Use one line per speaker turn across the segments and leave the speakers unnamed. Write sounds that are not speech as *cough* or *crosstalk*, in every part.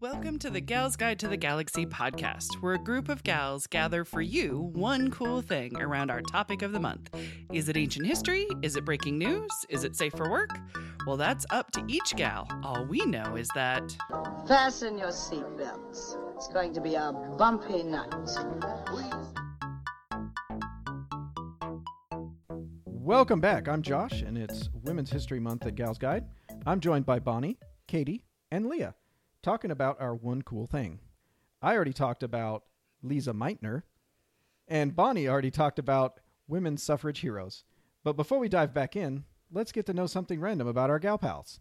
Welcome to the Gals Guide to the Galaxy podcast, where a group of gals gather for you one cool thing around our topic of the month. Is it ancient history? Is it breaking news? Is it safe for work? Well, that's up to each gal. All we know is that.
Fasten your seatbelts. It's going to be a bumpy night.
Welcome back. I'm Josh, and it's Women's History Month at Gals Guide. I'm joined by Bonnie, Katie, and Leah, talking about our one cool thing. I already talked about Lisa Meitner, and Bonnie already talked about women's suffrage heroes. But before we dive back in, let's get to know something random about our gal pals.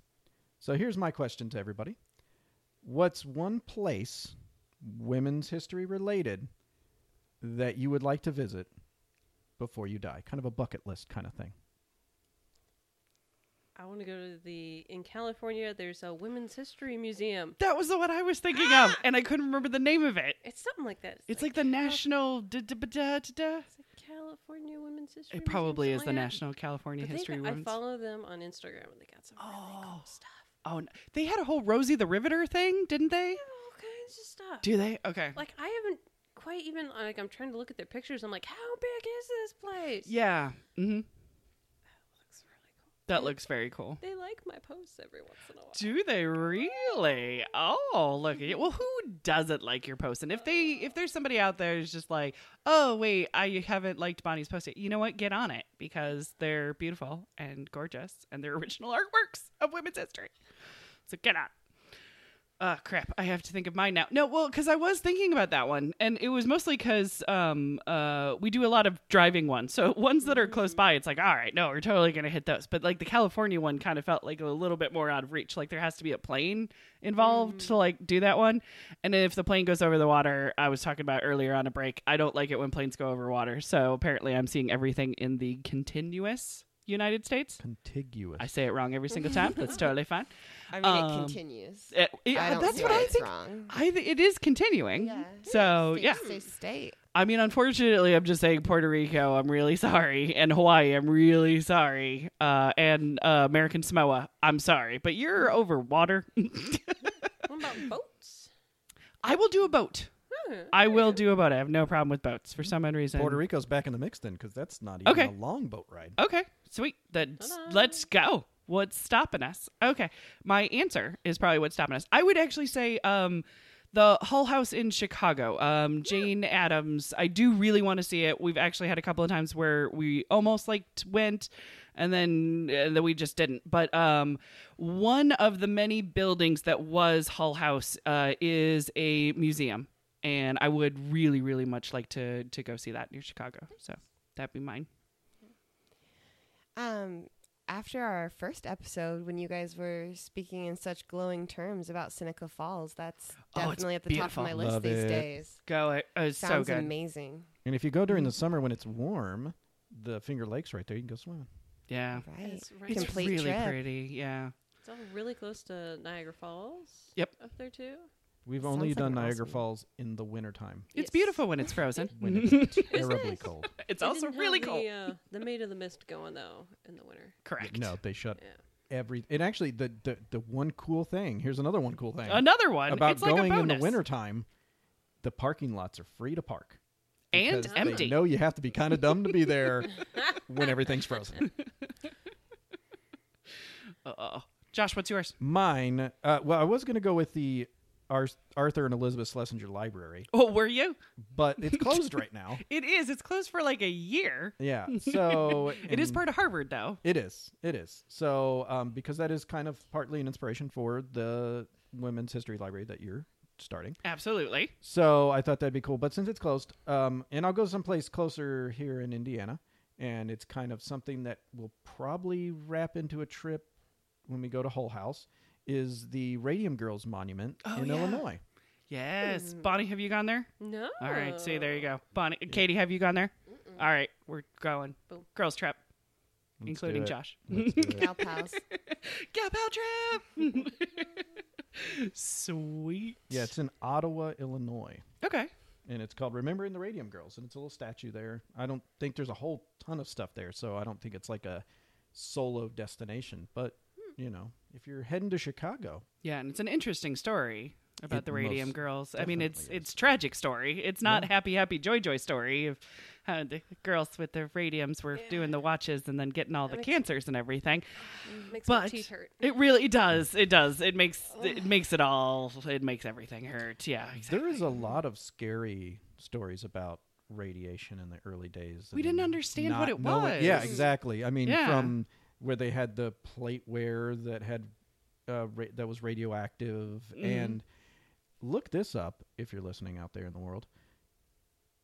So here's my question to everybody What's one place, women's history related, that you would like to visit before you die? Kind of a bucket list kind of thing.
I want to go to the in California. There's a women's history museum.
That was the one I was thinking
*gasps*
of, and I couldn't remember the name of it.
It's something like that.
It's like the National. da- da- ba- da- da- da.
It's like California Women's History.
It probably
Museum,
is the
something like that.
National California
But they've
History
got- I
Women's.
follow them on Instagram, and they got some really
Oh.
cool stuff.
Oh, n- they had a whole Rosie the Riveter thing, didn't they?
All kinds of stuff.
Do they? Okay.
Like I haven't quite even like I'm trying to look at their pictures. I'm like, how big is this place?
Yeah. hmm
Looks really cool.
That looks very cool.
They like my posts every once in a while.
Do they really? Oh, look at you. Well, who doesn't like your post? And if they, if there's somebody out there who's just like, oh wait, I haven't liked Bonnie's post yet. You know what? Get on it because they're beautiful and gorgeous, and they're *laughs* original artworks of women's history. So get on. Uh, crap. I have to think of mine now. No, well, because I was thinking about that one, and it was mostly because um, uh, we do a lot of driving ones. So *laughs* ones that are close by, it's like, all right, no, we're totally going to hit those. But like the California one kind of felt like a little bit more out of reach. Like there has to be a plane involved
Mm.
to like do that one. And if the plane goes over the water, I was talking about earlier on a break, I don't like it when planes go over water. So apparently I'm seeing everything in the continuous United States.
Contiguous.
I say it wrong every single time.
*laughs*
That's totally fine.
I mean,
Um,
it continues.
It- it-
I don't
that's
see
what
why
I
it's
think.
wrong.
I th- it is continuing.
Yeah.
So
State
yeah,
to state.
I mean, unfortunately, I'm just saying Puerto Rico. I'm really sorry, and Hawaii. I'm really sorry, uh, and uh, American Samoa. I'm sorry, but you're over water. *laughs*
What about boats?
I will do a boat.
Huh.
I will do a boat. I have no problem with boats for some odd reason.
Puerto Rico's back in the mix then, because that's not even
Okay.
a long boat ride.
Okay, sweet. Then s- let's go. What's stopping us? Okay, my answer is probably what's stopping us. I would actually say um, the Hull House in Chicago. Um, Jane Addams. I do really want to see it. We've actually had a couple of times where we almost like t- went, and then and then we just didn't. But um, one of the many buildings that was Hull House uh, is a museum, and I would really, really much like to to go see that near Chicago. So that'd be mine.
Um, after our first episode, when you guys were speaking in such glowing terms about Seneca Falls, that's
Oh, it's
definitely at the
beautiful.
top of my list
Love
these
it.
days.
Go. It it was so
Sounds
good.
amazing.
And if you go
Mm.
during the summer when it's warm, the Finger Lakes right there, you can go swimming.
Yeah.
Right.
It's right.
It's
Complete
really
trip.
pretty. Yeah.
It's all really close to Niagara Falls.
Yep.
Up there too.
We've
Sounds
only
like
done
an
Niagara
awesome-
Falls in
*laughs*
the wintertime
It's
Yes.
beautiful when it's frozen.
*laughs* when it's terribly
it?
cold.
*laughs* it's
They
also
didn't have
really
the,
cold.
Uh, the Maid of the Mist going though in the winter.
Correct.
No, they shut
Yeah.
every. And actually, the, the, the one cool thing here's another one cool thing
Another one.
about
it's like
going
a
in the
bonus.
wintertime the parking lots are free to park.
and
because
empty.
They know you have to be kind of dumb to
*laughs*
be there when everything's frozen.
Uh-oh. Josh, what's yours?
Mine, uh, well, I was going to go with the Ar- Arthur and Elizabeth Schlesinger Library,
Oh, were you? *laughs*
but it's closed right now.
It is. It's closed for like a year.
Yeah. So
*laughs* It is
Oh, and
part of Harvard, though.
It is. It is. So um, because that is kind of partly an inspiration for the women's history library that you're starting.
Absolutely.
So I thought that'd be cool. But since it's closed, um, and I'll go someplace closer here in Indiana, and it's kind of something that will probably wrap into a trip when we go to Hull House. Is the Radium Girls Monument
Oh,
in
yeah.
Illinois?
Yes.
Mm.
Bonnie, have you gone there?
No.
All right. See, there you go.
Oh.
Bonnie, Katie, have you gone there? All right. We're going.
Boom.
Girls trip,
Let's do
including
it.
Josh.
Let's
*laughs*
do it.
Gal pals.
Gal Pal trip. Sweet.
yeah, it's in Ottawa, Illinois.
Okay.
and it's called Remembering the Radium Girls, and it's a little statue there. I don't think there's a whole ton of stuff there, so I don't think it's like a solo
Hmm.
destination. But you know, if you're heading to Chicago,
Yeah, and it's an interesting story. about
It
the radium
most
girls. I mean, it's
definitely is.
it's tragic story. It's not happy happy joy joy story of how the girls with their radiums were doing the watches and then getting all the
makes-
cancers and everything.
Makes my
But
teeth hurt.
it really does. It does. It makes it makes it all. It makes everything hurt. Yeah. Exactly.
There is a lot of scary stories about radiation in the early days.
We didn't
and
understand what
not
it
knowing- Yeah,
was.
exactly. I mean,
Yeah.
from where they had the plateware that had uh, ra- that was radioactive,
Mm-hmm.
and look this up if you're listening out there in the world.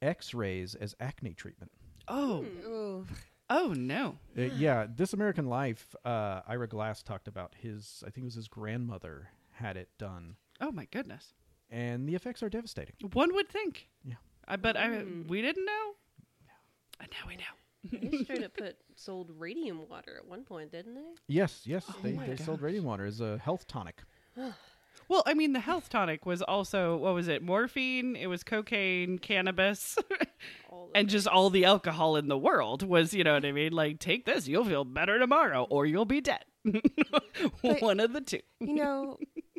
X-rays as acne treatment.
Oh.
Ooh.
Oh no.
Uh, yeah, This American Life. Uh, Ira Glass talked about his. I think it was his grandmother had it done,
Oh my goodness.
and the effects are devastating.
One would think.
Yeah.
I but I we didn't know. And now we know.
They just tried to put
*laughs*
sold radium water at one point, didn't they?
Yes, yes,
Oh
they,
my
they sold
gosh.
radium water as a health
*laughs*
tonic.
Well, I mean, the health tonic was also what was it? Morphine. It was cocaine, cannabis, *laughs*
All of
and
it.
just all the alcohol in the world was. You know what I mean? Like, take this, you'll feel better tomorrow, or you'll be dead. *laughs* One of the two.
You know,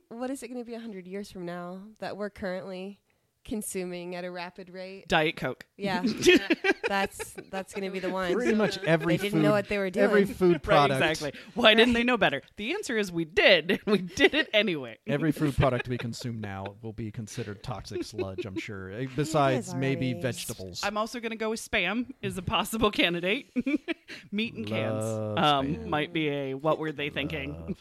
what is it going to be 100 years from now that we're currently consuming at a rapid rate?
Diet Coke. *laughs*
Yeah. *laughs* that's that's going to be the one.
Pretty much every
They didn't
food-
know what they were doing.
Every
*laughs*
food product,
Right, exactly. Why didn't they know better? The answer is we did. *laughs* We did it anyway.
every
*laughs*
food product we consume now will be considered toxic sludge. I'm sure. Eh, Besides, maybe
already.
vegetables.
I'm also going to go with spam is a possible candidate. *laughs* Meat and cans
Love spam.
um, might be a what were they thinking?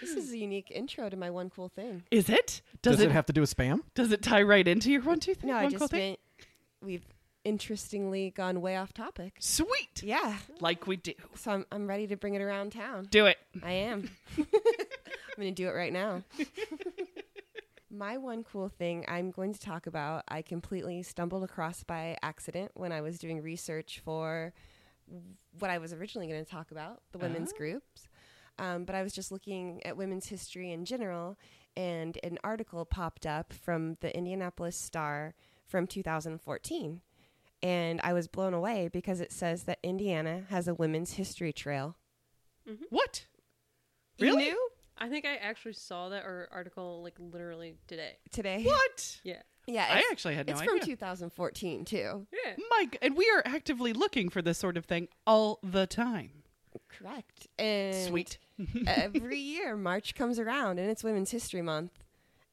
This is a unique intro to my one cool thing.
Is it? Eh,
Does it, have to do with spam?
Does it tie right into your one, two, three?
No, I
one
just
cool thing?
meant we've interestingly gone way off topic.
Sweet.
Yeah.
Like we do.
So I'm I'm ready to bring it around town.
Do it.
I am. I'm going to do it right now. My one cool thing I'm going to talk about, I completely stumbled across by accident when I was doing research for what I was originally going to talk about the women's groups. Um, but I was just looking at women's history in general, and an article popped up from the Indianapolis Star from 2014. And I was blown away because it says that Indiana has a women's history trail.
What?
Mm-hmm. You
Really?
knew?
I think I actually saw that or article like literally today.
today.
What?
Yeah.
Yeah,
I
it's-
actually had no
it's
idea.
from 2014 too.
Yeah.
My, g- and we are actively looking for this sort of thing all the time.
Correct. And
Sweet. *laughs*
every year March comes around and it's Women's History Month,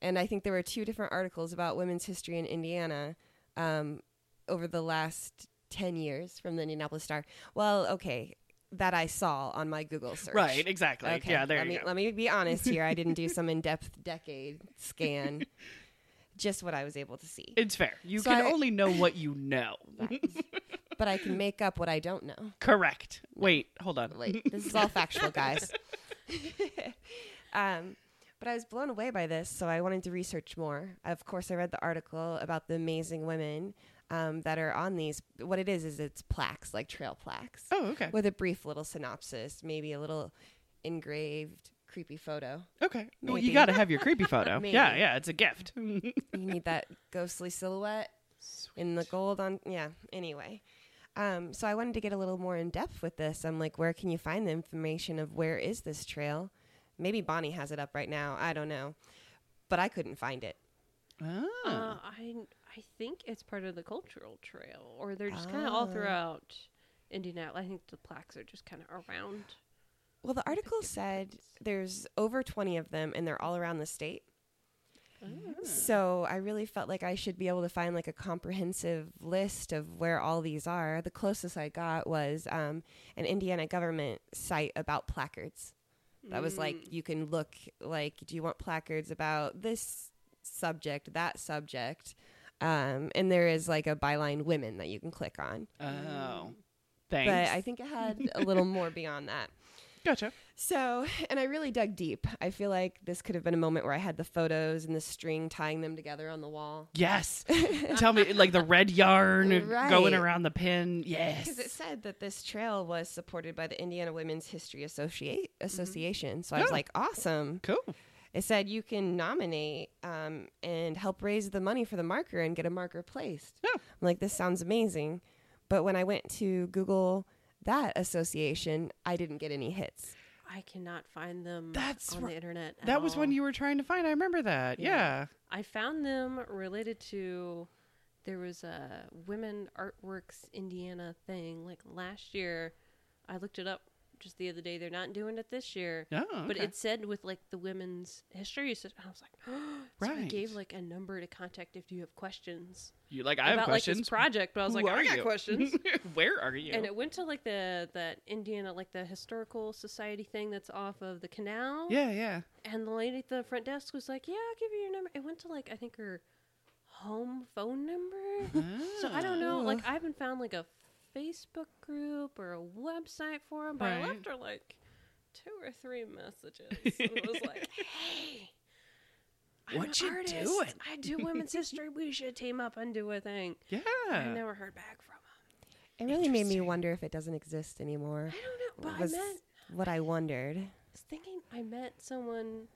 and I think there were two different articles about women's history in Indiana um, over the last 10 years from the Indianapolis Star. Well, okay, that I saw on my Google search.
Right, exactly.
Okay.
Yeah, there
let
you
me,
go.
Let me be honest here.
*laughs*
I didn't do some in-depth decade scan. Just what I was able to see.
It's fair. You
So
can
I-
only know what you know.
but I can make up what I don't know.
*laughs* Correct. Wait, hold on.
Wait, this is all factual, guys. um, but I was blown away by this, so I wanted to research more. Of course, I read the article about the amazing women um, that are on these. What it is is it's plaques, like trail plaques,
*laughs* Oh, okay.
with a brief little synopsis, maybe a little engraved creepy photo.
Okay. Well, you
Maybe.
got to
*laughs*
have your creepy photo.
Maybe. Um,
yeah, yeah, it's a gift. *laughs*
you need that ghostly silhouette in the gold on yeah anyway um, so i wanted to get a little more in depth with this i'm like where can you find the information of where is this trail maybe bonnie has it up right now i don't know but i couldn't find it
oh.
Uh, I I think it's part of the cultural trail, or they're just kind of all
Ah.
throughout Indianapolis. I think the plaques are just kind of around.
well the article said there's over 20 of them and they're all around the state So I really felt like I should be able to find like a comprehensive list of where all these are. The closest I got was um, an Indiana government site about placards. That was like you can look like, do you want placards about this subject, that subject? Um, and there is like a byline women that you can click on.
Oh. Thanks.
But I think it had a little more beyond that.
gotcha.
So, *laughs* and I really dug deep. I feel like this could have been a moment where I had the photos and the string tying them together on the wall.
*laughs*
Yes. Tell me, like the red yarn
Right.
going around the pin. Yes.
Because it said that this trail was supported by the Indiana Women's History Associate
Mm-hmm.
Association. So I was
Oh.
like, awesome.
cool.
It said you can nominate um, and help raise the money for the marker and get a marker placed.
Oh.
I'm like, this sounds amazing. But when I went to Google that association, I didn't get any hits.
I cannot find them
That's
on
ri-
the internet. at
That was
all.
one you were trying to find. I remember that.
Oh. Yeah.
Yeah.
I found them related to there was a Women Artworks Indiana thing like last year. I looked it up just the other day. They're not doing it this year.
Oh,
But
okay.
it said with like the women's history, so I was like, *gasps* so I
Right.
gave like a number to contact if you have questions
you like I have
about like
questions.
this project. But I was
Who
like, I
are
got
you? *laughs*
*laughs* questions.
Where are you?
and it went to like the that Indiana like the historical society thing that's off of the canal.
yeah, yeah.
And the lady at the front desk was like, "Yeah, I'll give you your number." It went to like I think her home phone number. so I don't know. Like I haven't found like a Facebook group or a website for them, but I
Right.
left her like two or three messages. and it was
*laughs*
like, "Hey, I'm
What
an
you
artist.
doing?"
I do women's history. We should team up and do a thing."
Ah. Yeah.
I never heard back from him.
It really made me
Interesting.
wonder if it doesn't exist anymore.
I don't know, but
was
I met
what I wondered.
was thinking I met someone.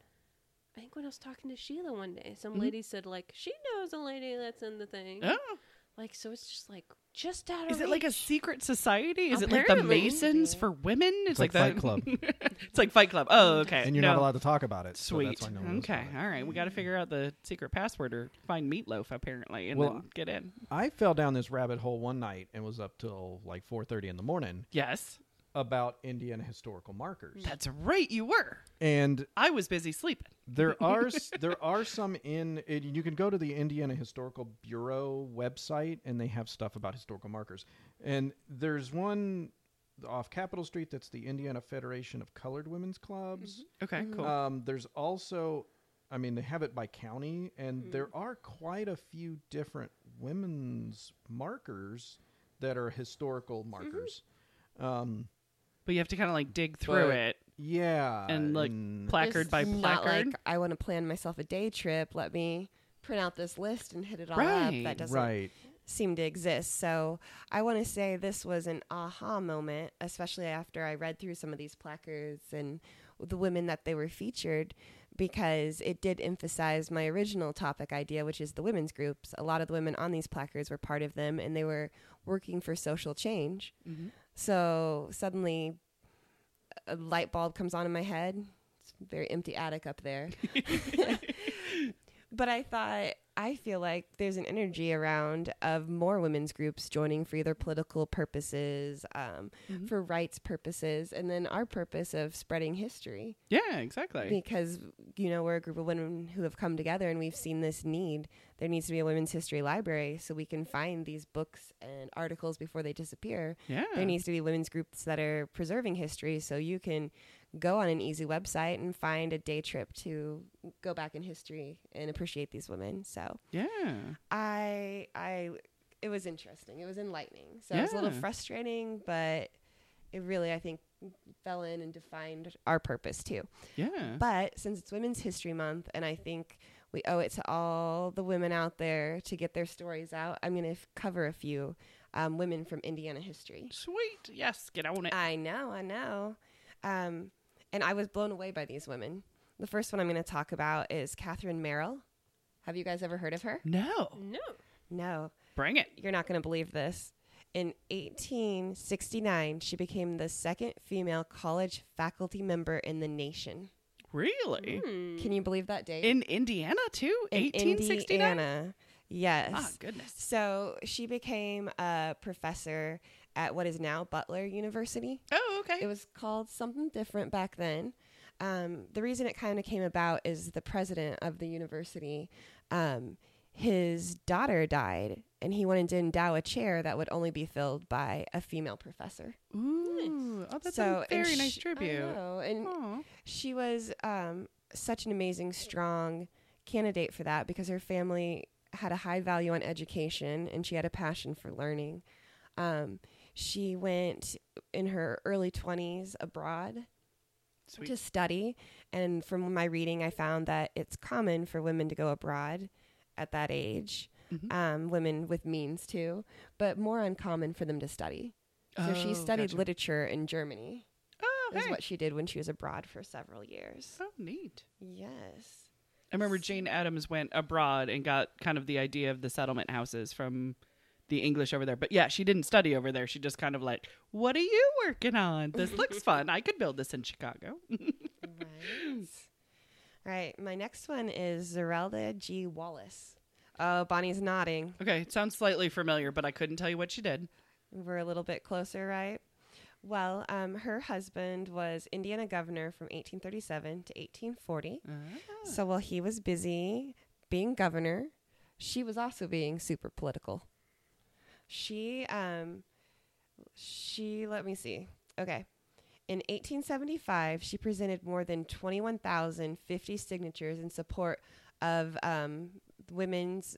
I think when I was talking to Sheila one day, some
Mm-hmm.
lady said like she knows a lady that's in the thing.
Oh.
Like so, it's just like just out of.
Is it like a
reach.
secret society? Is it like the
Apparently.
Masons for women? It's,
like Fight
the-
Club.
*laughs* it's like Fight Club. Oh, okay.
and you're
No.
not allowed to talk about it. so
Sweet.
that's why no one knows
okay.
about it.
All right. We got to figure out the secret password or find Meatloaf apparently, and
Well,
then get in.
I fell down this rabbit hole one night and was up till like 4:30 in the morning
Yes,
about Indiana historical markers.
Mm.
that's right. You were.
And
I was busy sleeping.
there are s- there are some in it, you can go to the Indiana Historical Bureau website and they have stuff about historical markers. And there's one off Capitol Street that's the Indiana Federation of Colored Women's Clubs.
Okay. Mm-hmm. Cool.
Um, there's also, I mean, they have it by county, and there are quite a few different women's markers that are historical markers. Um,
but you have to kind of like dig through
but-
it
yeah,
and like
and-
placard
Just
by
Not
placard.
like I want to plan myself a day trip. Let me print out this list and hit it all
Right.
up. That doesn't
right.
seem to exist. So I want to say this was an aha moment, especially after I read through some of these placards and the women that they were featured, because it did emphasize my original topic idea, which is the women's groups. A lot of the women on these placards were part of them and they were working for social change. So suddenly a light bulb comes on in my head. It's a very empty attic up there. but I thought I feel like there's an energy around of more women's groups joining for either political purposes, um, for rights purposes, and then our purpose of spreading history
yeah. Exactly.
because you know we're a group of women who have come together and we've seen this need. There needs to be a women's history library so we can find these books and articles before they disappear.
yeah.
There needs to be women's groups that are preserving history so you can go on an easy website and find a day trip to go back in history and appreciate these women. So
yeah.
I I it was interesting. It was enlightening. So it was a little
Yeah.
frustrating, but it really I think fell in and defined our purpose too.
Yeah.
But since it's Women's History Month, and I think we owe it to all the women out there to get their stories out, I'm going to f- cover a few um, women from Indiana history.
Sweet. Yes. Get on it.
*laughs* I know, I know. Um, and I was blown away by these women. The first one I'm going to talk about is Catherine Merrill. Have you guys ever heard of her?
no.
No.
No.
Bring it.
You're not going to believe this. In 1869, she became the second female college faculty member in the nation.
Really.
Hmm.
Can you believe that date?
In Indiana too.
Mm-hmm. in
1869.
Indiana. Yes.
Ah, goodness.
So she became a professor at what is now Butler University.
Oh, okay.
It was called something different back then. Um, the reason it kind of came about is the president of the university, um, his daughter died, and he wanted to endow a chair that would only be filled by a female professor.
Ooh. Oh, that's
so
a
and
very
sh-
nice
I
tribute.
know, and
Aw.
she was um, such an amazing, strong candidate for that because her family had a high value on education and she had a passion for learning. Um, she went in her early 20s abroad
Sweet.
to study. And from my reading, I found that it's common for women to go abroad at that age,
Mm-hmm.
um, women with means too, but more uncommon for them to study. So
Oh,
she studied
gotcha.
literature in Germany
Oh,
is
hey.
what she did when she was abroad for several years.
so neat.
Yes.
I remember Jane Addams went abroad and got kind of the idea of the settlement houses from the English over there. But yeah, she didn't study over there. She just kind of like, what are you working on? This *laughs* looks fun. I could build this in Chicago.
Right. All right. My next one is Zerelda G. Wallace. Oh, Bonnie's nodding.
okay, it sounds slightly familiar, but I couldn't tell you what she did.
We're a little bit closer, right? Well, um, her husband was Indiana governor from 1837 to 1840. So while he was busy being governor, she was also being super political. She, um, she, let me see. Okay. In 1875, she presented more than 21,050 signatures in support of um, women's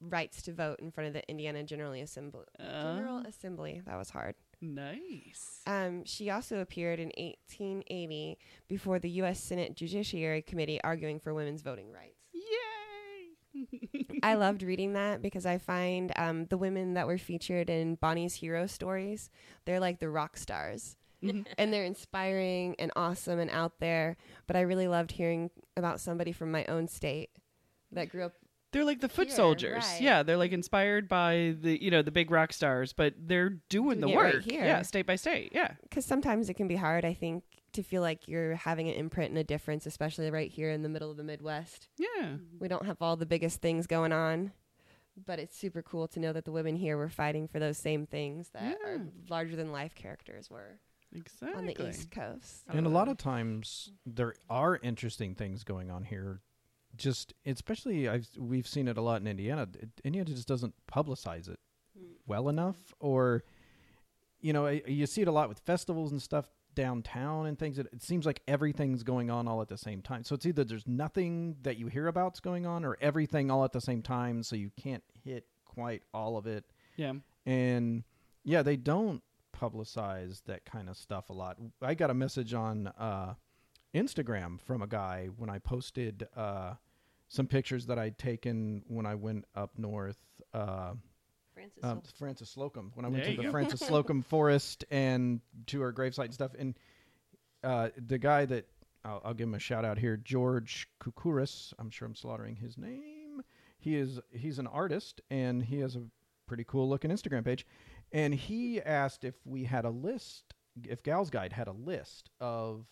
rights to vote in front of the Indiana Generally Assembly. General Assembly. That was hard.
Nice.
Um, she also appeared in 1880 before the U.S. Senate Judiciary Committee arguing for women's voting rights.
Yay.
I loved reading that because I find um, the women that were featured in Bonnie's hero stories, they're like the rock stars. *laughs* and they're inspiring and awesome and out there. But I really loved hearing about somebody from my own state that grew up.
They're like the foot
Here,
soldiers.
right.
Yeah, they're like inspired by the you know the big rock stars, but they're doing,
Doing
the
it right
work.
here.
Yeah, state by state. Yeah,
Because sometimes it can be hard, I think, to feel like you're having an imprint and a difference, especially right here in the middle of the Midwest.
yeah.
We don't have all the biggest things going on. But it's super cool to know that the women here were fighting for those same things that are
Yeah.
larger than life characters were
Exactly.
on the East Coast.
And a lot of times there are interesting things going on here. Just especially I've we've seen it a lot in Indiana. It- Indiana just doesn't publicize it well enough or you know, I- you see it a lot with festivals and stuff downtown and things. It, it seems like everything's going on all at the same time. So it's either there's nothing that you hear about's going on or everything all at the same time so you can't hit quite all of it
Yeah.
and yeah they don't publicize that kind of stuff a lot i got a message on uh, instagram from a guy when i posted uh, some pictures that i'd taken when i went up north uh,
Francis.
um,
Hill.
francis slocum when i went
There
to
you
the
go. *laughs*
francis slocum forest and to her gravesite and stuff and uh, the guy that I'll, I'll give him a shout out here george kukuris i'm sure i'm slaughtering his name he is he's an artist and he has a pretty cool looking Instagram page. And he asked if we had a list, if Gal's Guide had a list of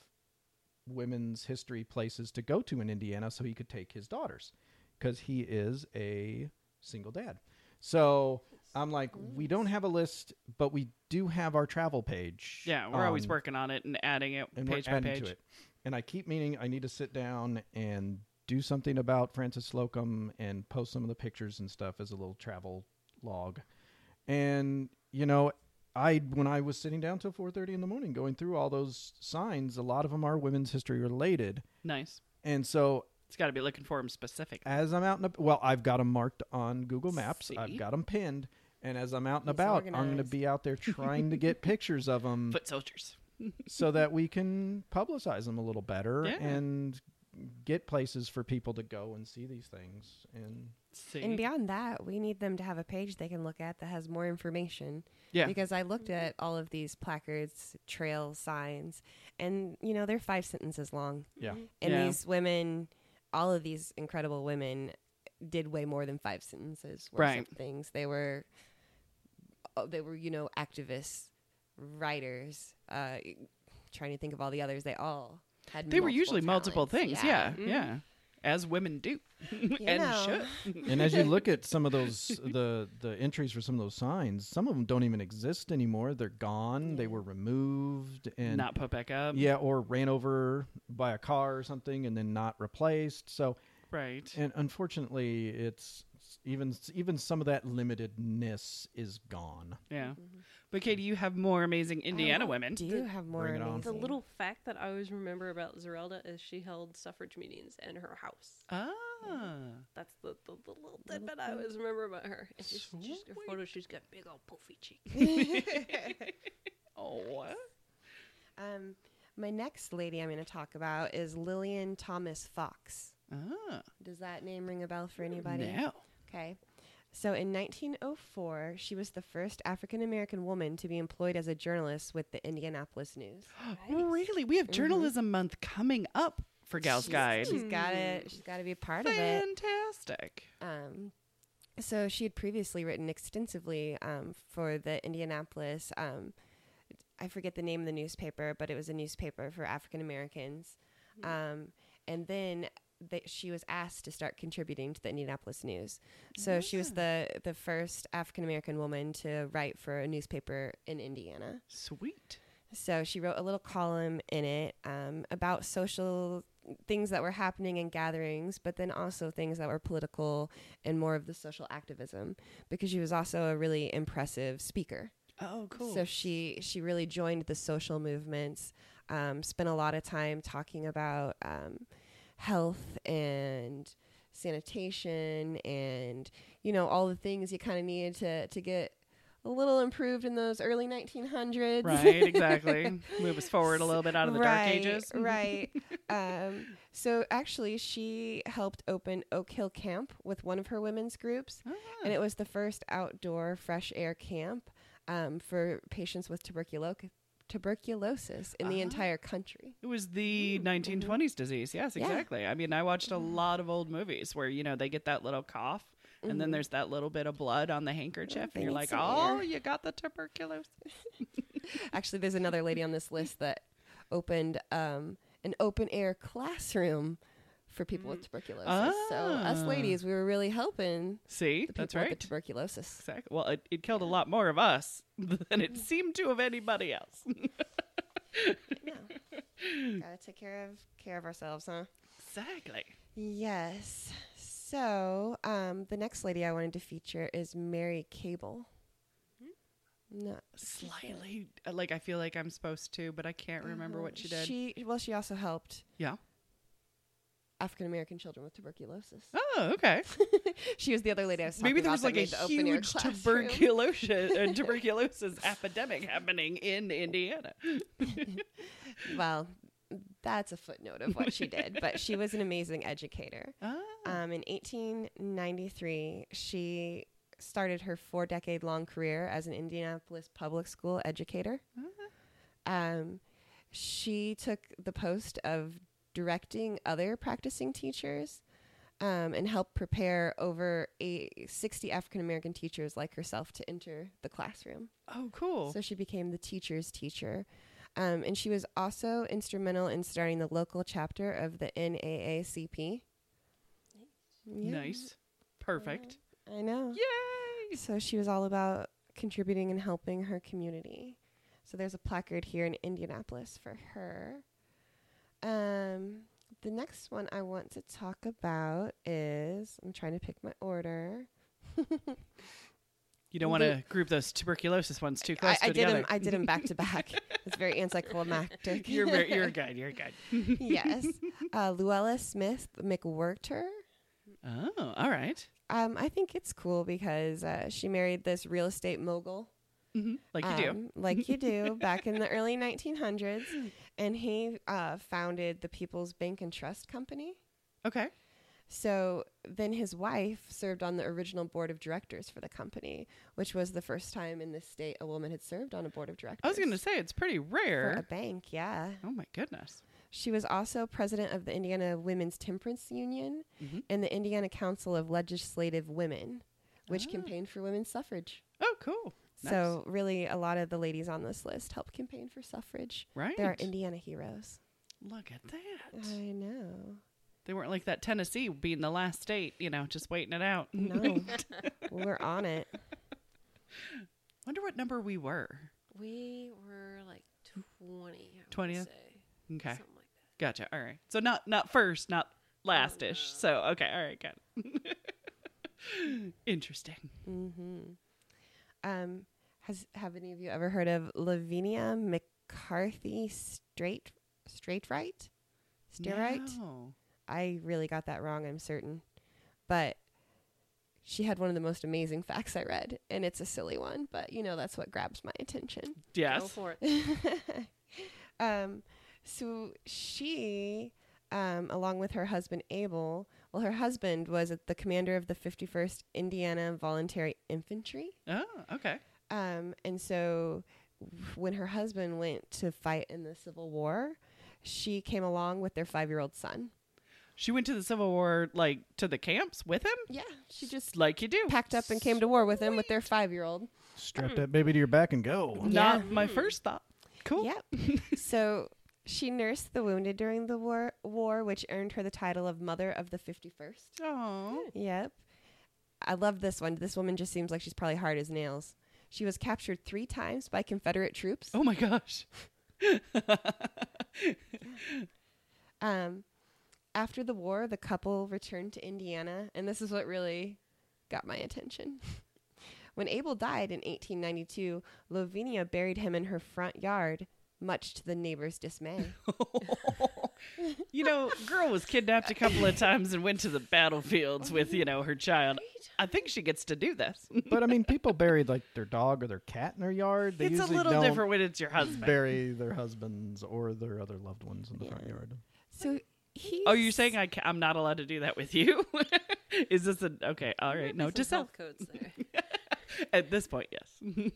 women's history places to go to in Indiana so he could take his daughters because he is a single dad. So I'm like, we don't have a list, but we do have our travel page.
Yeah, we're
Um,
always
on-
working on it and adding it
and
page
we're
by
adding
page.
to it. And I keep meaning I need to sit down and do something about Francis Slocum and post some of the pictures and stuff as a little travel log. And you know, I when I was sitting down till four thirty in the morning going through all those signs, a lot of them are women's history related.
Nice.
And so
It's got to be looking for them specific.
as I'm out and ab- well, I've got them marked on Google Maps.
See?
I've got them pinned. And as I'm out and
He's
about, I'm going to
organized.
be out there trying to
*laughs*
get pictures of them
Foot soldiers.
so that we can publicize them a little better
Yeah.
and get places for people to go and see these things. And
See?
And beyond that, we need them to have a page they can look at that has more information.
yeah.
Because I looked at all of these placards, trail signs, and you know, they're five sentences long.
yeah,
Mm-hmm.
And
Yeah.
these women, all of these incredible women did way more than five sentences worth
Right.
of things. They were oh, they were, you know, activists, writers, uh trying to think of all the others. They all had
they were usually multiple
talents. Mm-hmm.
things. Yeah. Yeah. As women do *laughs* and
know.
should.
and as you look at some
*laughs*
of those the the entries for some of those signs, some of them don't even exist anymore. They're gone. They were removed *laughs* and
Not put back up.
yeah, or ran over by a car or something and then not replaced. So
Right.
and unfortunately, it's even even some of that limitedness is gone.
Yeah.
Mm-hmm.
But Katie, you have more amazing Indiana
Oh,
women.
Do you have more
Bring it on.
The
amazing?
little fact that I always remember about Zerelda is she held suffrage meetings in her house.
Ah.
That's the, the, the little tidbit I always remember about her. And she's, she's, her photo, she's got big old poofy cheeks.
Oh.
Um, my next lady I'm going to talk about is Lillian Thomas Fox.
Ah.
Does that name ring a bell for anybody?
Now.
Okay. So in 1904, she was the first African American woman to be employed as a journalist with the Indianapolis News.
Really? We
Mm-hmm.
have Journalism Month coming up for Gals Guide.
She's got it. She's got to be a part of it.
Fantastic.
Um, So she had previously written extensively um, for the Indianapolis. Um, I forget the name of the newspaper, but it was a newspaper for African Americans. Um, and then they, she was asked to start contributing to the Indianapolis News. So she was the the first African American woman to write for a newspaper in Indiana.
Sweet.
So she wrote a little column in it um, about social things that were happening in gatherings, but then also things that were political and more of the social activism because she was also a really impressive speaker.
Oh, cool.
So she she really joined the social movements. Um, spent a lot of time talking about um, health and sanitation and you know all the things you kind of needed to to get a little improved in those early 1900s.
right,
*laughs*
exactly. Move us forward a little bit out of the dark ages. *laughs* Mm-hmm.
right. um, so actually, she helped open Oak Hill Camp with one of her women's groups,
Oh,
and it was the first outdoor fresh air camp um, for patients with tuberculo- tuberculosis in
Ah.
the entire country.
It was the 1920s disease. Yes,
Mm-hmm. Yeah. Mm-hmm.
exactly. I mean, I watched a lot of old movies where, you know, they get that little cough and
Mm-hmm.
then there's that little bit of blood on the handkerchief
they
and you're
need
like,
some
"Oh,
air."
you got the tuberculosis."
Actually, there's another lady on this list that opened um, an open air classroom for people with tuberculosis. So us
Ah.
ladies, we were really helping
See?
the people
That's
with
right.
the tuberculosis.
Exactly. Well, it, it killed a lot more of us *laughs* than
Mm-hmm.
it seemed to of anybody
*laughs*
else. Hmm.
Gotta take care of care of ourselves, huh?
exactly.
Yes. So um, the next lady I wanted to feature is Mary Cable.
Hmm.
No,
Slightly like I feel like I'm supposed to, but I can't remember what she did.
Mm-hmm. uh-huh. She well, she also helped
yeah.
African American children with tuberculosis.
Oh, okay.
*laughs* she was the other lady I was talking
Maybe there was
about that
like a
made the open air
huge
classroom.
tuberculosis
*laughs*
uh, tuberculosis epidemic happening in
*laughs*
Indiana.
Well, that's a footnote of what she did, but she was an amazing educator.
Ah,
Um, in 1893, she started her four decade long career as an Indianapolis public school educator. Um, she took the post of directing other practicing teachers um, and helped prepare over a, 60 African American teachers like herself to enter the classroom.
oh, cool.
So she became the teacher's teacher. Um, and she was also instrumental in starting the local chapter of the NAACP. Yeah,
Nice. Perfect.
I know.
Yay!
So she was all about contributing and helping her community. So there's a placard here in Indianapolis for her. Um, the next one I want to talk about is I'm trying to pick my order.
You don't want to group those tuberculosis ones too close
I, I did
together.
them. I did them back to *laughs* back. It's very
*laughs*
anticlimactic.
you're ver-
*laughs*
you're good. You're good.
yes. *laughs* Uh, Luella Smith McWhirter.
Oh, all right.
Um, I think it's cool because uh, she married this real estate mogul.
Mhm. Like you do.
um, like you do, back in the early 1900s.
*laughs*
And he uh, founded the People's Bank and Trust Company.
Okay.
So then his wife served on the original board of directors for the company, which was the first time in this state a woman had served on a board of directors.
I was going to say it's pretty
For a
rare.
bank, yeah.
Oh my goodness.
She was also president of the Indiana Women's Temperance Union
Mm-hmm.
and the Indiana Council of Legislative Women, which campaigned for women's suffrage.
Oh, cool. Ah. Nice.
So, really, a lot of the ladies on this list helped campaign for suffrage. They're
Right.
Indiana heroes.
look at that.
I know.
They weren't like that Tennessee being the last state, you know, just waiting it out.
No, we're on it.
*laughs* Wonder what number we were.
We were like 20. I wanna
20th?
say.
Okay.
Something like that.
Gotcha. All right. So not not first, not last ish. So okay. All right. Got it. *laughs* Interesting.
Mm-hmm. Um, has have any of you ever heard of Lavinia McCarthy Straight Straight Right? Steerite?
No.
I really got that wrong. I'm certain, but she had one of the most amazing facts I read, and it's a silly one, but you know that's what grabs my attention. *laughs*
Go
Yes.
for it.
um, so she, um, along with her husband Abel, well, her husband was the commander of the 51st Indiana Voluntary Infantry.
Oh, okay.
Um, and so when her husband went to fight in the Civil War, she came along with their five year old son.
She went to the Civil War, like to the camps with him,
Yeah, she just
like you do.
packed up and came to war with him with their five year old.
Strap
Hmm.
that baby to your back and go.
Not
Yeah.
my first thought. Cool.
*laughs* Yep. so she nursed the wounded during the war, war, which earned her the title of Mother of the 51st.
Aw.
Yep. I love this one. This woman just seems like she's probably hard as nails. She was captured three times by Confederate troops.
Oh my gosh. *laughs*
Um, after the war, the couple returned to Indiana, and this is what really got my attention. *laughs* when Abel died in 1892, Lavinia buried him in her front yard, much to the neighbors' dismay.
you know, girl was kidnapped a couple of times and went to the battlefields with, you know, her child. I think she gets to do this.
But I mean, people buried like their dog or their cat in their yard. They
it's a
usually
little
don't
different when it's your husband.
Bury their husbands or their other loved ones in the front yard.
so he.
Oh, you're saying I ca- I'm not allowed to do that with you? *laughs* Is this a okay? All right, no,
There's
just
some health codes there.
at this point, yes,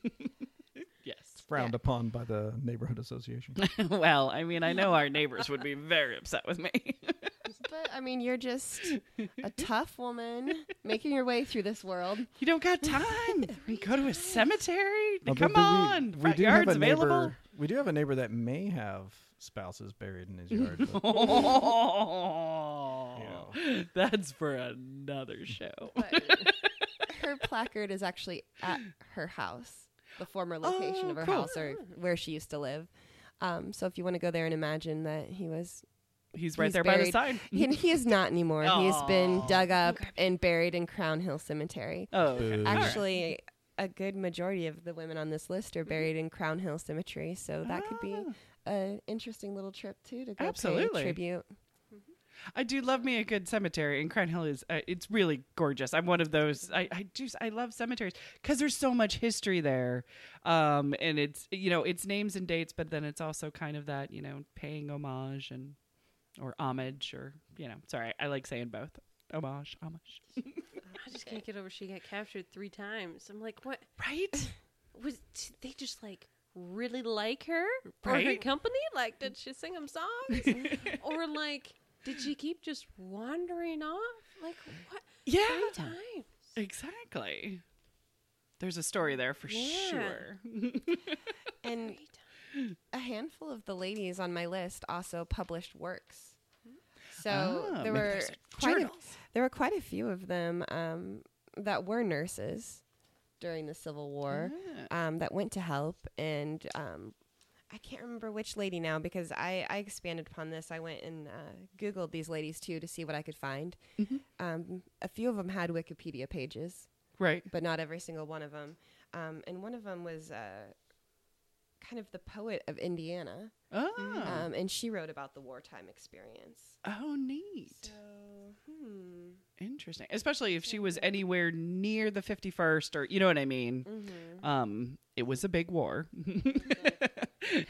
*laughs* yes. *laughs*
Frowned upon by the neighborhood association.
well, I mean, I know our neighbors would be very upset with me. *laughs*
But I mean, you're just a tough woman making your way through this world.
you don't got
*laughs*
time. We go to a cemetery.
Although,
Come
do we-
on,
we
front
do have
yard's
a neighbor-
available.
We do have a neighbor that may have spouses buried
*laughs*
in his yard. but- *laughs*
Oh, *laughs* that's for another show.
But her placard is actually at her house, the former location
Oh,
of her
cool.
house or where she used to live. Um, so if you want to go there and imagine that
*laughs*
he was
He's right
he's
there by the
buried-
side.
He, he is not anymore. He has been
Aw.
dug up and buried in Crown Hill Cemetery.
Oh, okay.
Boo.
All right.
Actually, a good majority of the women on this list
Mm-hmm.
are buried in Crown Hill Cemetery, so that could be an interesting little trip too to go
Ah. Absolutely.
pay tribute.
I do love me a good cemetery, and Crown Hill is uh, it's really gorgeous. I'm one of those. I I just I love cemeteries because there's so much history there, um, and it's you know it's names and dates, but then it's also kind of that you know paying homage and or homage or you know sorry I like saying both homage homage
I just can't get over she got captured three times. I'm like, what
right
was did they just like really like her or her
Right?
company? Like, did she sing them songs?
*laughs*
or like, did she keep just wandering off? Like, what?
*laughs* yeah
Three times.
exactly. There's a story there for
Yeah.
sure.
And a handful of the ladies on my list also published works. So
Ah,
there
maybe
were
there's a-
quite a,
journals.
there were quite a few of them um, that were nurses during the Civil War um, that went to help and um, I can't remember which lady now because I, I expanded upon this. I went and uh, Googled these ladies too to see what I could find. Um, a few of them had Wikipedia pages
Right.
but not every single one of them. Um, and one of them was uh, kind of the poet of Indiana,
Oh.
um, and she wrote about the wartime experience.
oh, neat.
So, hmm.
Interesting, especially if she was anywhere near the fifty-first, or you know what I mean.
Mm-hmm.
Um, it was a big war, *laughs* so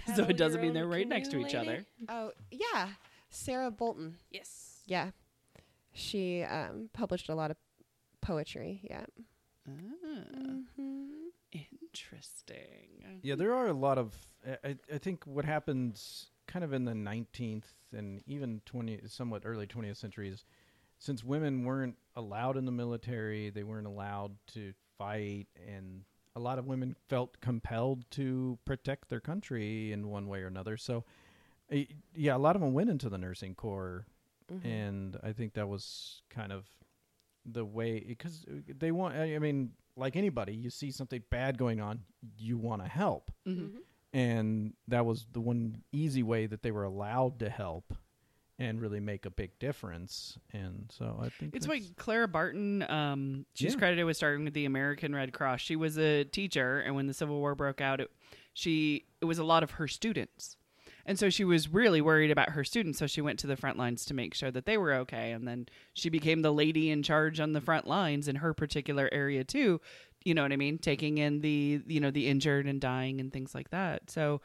Paddle
it doesn't
your
mean
own
they're right next to
canoe,
each
lady?
other.
Oh yeah, Sarah Bolton.
Yes.
Yeah, she um, published a lot of poetry. Yeah,
Ah,
mm-hmm.
Interesting.
Yeah, there are a lot of. I- I, I think what happens kind of in the 19th and even 20, somewhat early 20th centuries, since women weren't allowed in the military, they weren't allowed to fight, and a lot of women felt compelled to protect their country in one way or another. So, eh, yeah, a lot of them went into the nursing corps, and I think that was kind of the way because they want i I mean like anybody you see something bad going on you want to help and that was the one easy way that they were allowed to help and really make a big difference and so i think
It's
that's-
like Clara Barton. Um, she's
Yeah.
credited with starting with the American Red Cross. She was a teacher, and when the Civil War broke out, it, she it was a lot of her students, and so she was really worried about her students. So she went to the front lines to make sure that they were okay, and then she became the lady in charge on the front lines in her particular area too. You know what I mean? Taking in the you know the injured and dying and things like that. So.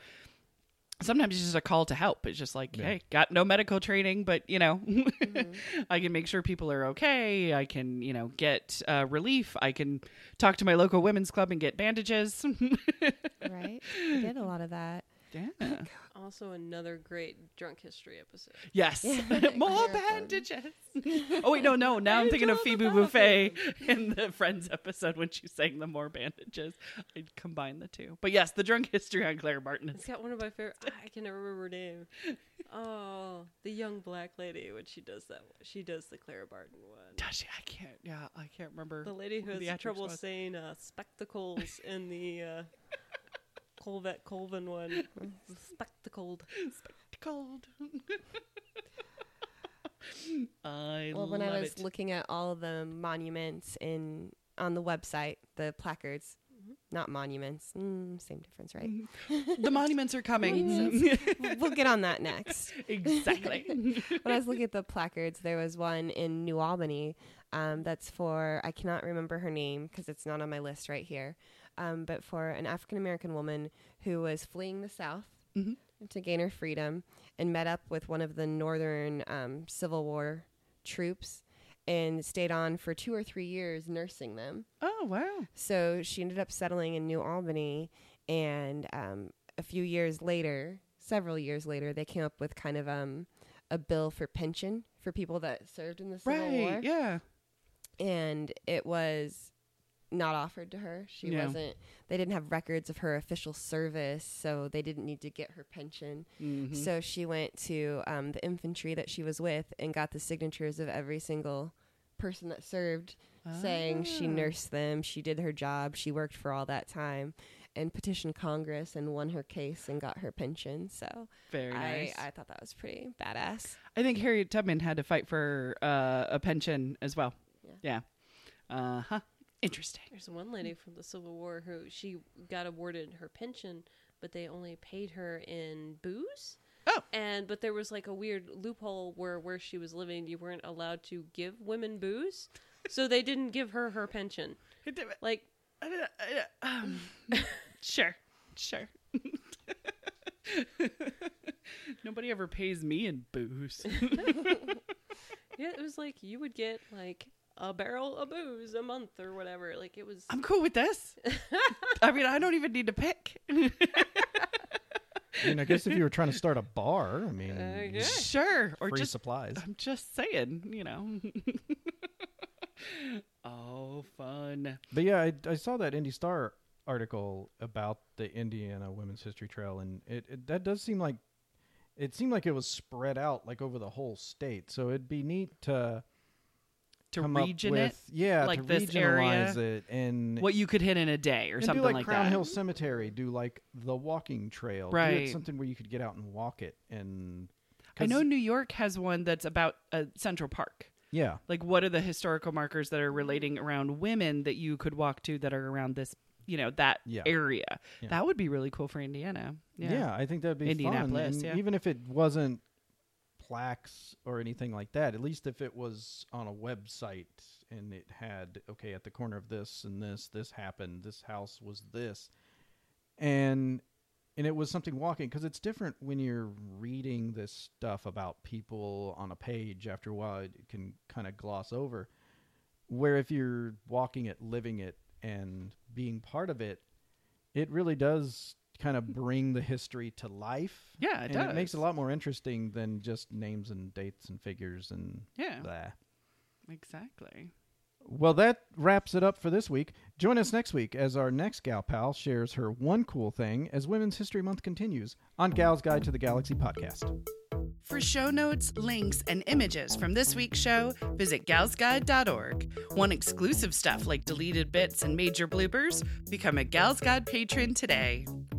Sometimes it's just a call to help. It's just like, hey, got no medical training, but you know, *laughs* I can make sure people are okay. I can, you know, get uh, relief. I can talk to my local women's club and get bandages. *laughs*
right? She did a lot of that.
Yeah.
Also, another great drunk history episode.
Yes.
Yeah.
*laughs* More
You're fun.
bandages. oh wait, no, no. Now I'm thinking of
Angel of
Phoebe
the
Buffet in the Friends episode when she sang the more bandages. I'd combine the two. But yes, the drunk history on Claire Martin
It's
is
got one of my favorite. I can never remember
*laughs*
her name. Oh, the young black lady when she does that. one- She does the Clara Barton one.
Gosh, I can't yeah, I can't remember.
The lady who
who *laughs*
has
the actress
trouble
was.
saying uh, spectacles in
*laughs*
the uh, Colvet Colvin one. Spectacled.
Cold. *laughs* I
Well,
love
when I was
it.
looking at all of the monuments in on the website, the placards, not monuments, mm, same difference, right?
the monuments are *laughs* coming.
we'll get on that next.
exactly.
When I was looking at the placards, there was one in New Albany um, that's for, I cannot remember her name because it's not on my list right here, um, but for an African American woman who was fleeing the South to gain her freedom and met up with one of the Northern um, Civil War troops and stayed on for two or three years nursing them.
*laughs* oh wow.
So she ended up settling in New Albany, and um, a few years later, several years later, they came up with kind of um, a bill for pension for people that served in the Civil War,
Right. Yeah.
and it was not offered to her. She
Yeah.
wasn't. They didn't have records of her official service, so they didn't need to get her pension.
Mhm.
So she went to um, the infantry that she was with and got the signatures of every single person that served, saying she
Ah.
nursed them, she did her job, she worked for all that time, and petitioned Congress and won her case and got her pension. So
Very nice.
I, I thought that was pretty badass.
I think Harriet Tubman had to fight for uh, a pension as well. Yeah. Uh huh. Interesting.
There's one lady from the Civil War who she got awarded her pension, but they only paid her in booze.
Oh.
And but there was like a weird loophole where where she was living, you weren't allowed to give women booze, so they didn't give her her pension. Like
Um, *laughs* sure. Sure. *laughs* Nobody ever pays me in booze. *laughs*
yeah, it was like you would get like a barrel of booze a month or whatever. Like it was
I'm cool with *laughs* this. I mean, I don't even need to pick.
I mean, I guess if you were trying to start a bar,
*laughs*
I mean,
Okay.
sure. Or
free
just
supplies.
I'm just saying, you know. *laughs* oh, fun.
But yeah, I, I saw that Indy Star article about the Indiana Women's History Trail, and it, it that does seem like it seemed like it was spread out like over the whole state. So it'd be neat to
To
come
region
up with yeah
like
to
this
regionalize it and
it. What you could hit in a day or
and
something
do like,
like
Crown
that.
Hill Cemetery, do like the walking trail, do it
Right.
something where you could get out and walk it, and
I
'cause-
know New York has one that's about uh, Central Park.
yeah,
Like, what are the historical markers that are relating around women that you could walk to that are around this, you know, that
Yeah.
area?
Yeah.
That would be really cool for Indiana.
Yeah,
Yeah.
I think that'd be fun.
Indianapolis,
and
yeah.
Even if it wasn't plaques or anything like that, at least if it was on a website and it had okay at the corner of this and this, this happened, this house was this, and and it was something walking because it's different when you're reading this stuff about people on a page. After a while, it can kind of gloss over. Where if you're walking it, living it, and being part of it, it really does kind of bring the history to life.
Hmm. Yeah, it
and it makes it a
does.
lot more interesting than just names and dates and figures and
Yeah.
blah.
Exactly.
Well, that wraps it up for this week. Join us next week as our next gal pal shares her one cool thing as Women's History Month continues on Gal's Guide to the Galaxy podcast.
For show notes, links, and images from this week's show, visit galsguide.org. Want exclusive stuff like deleted bits and major bloopers? Become a Gals Guide patron today.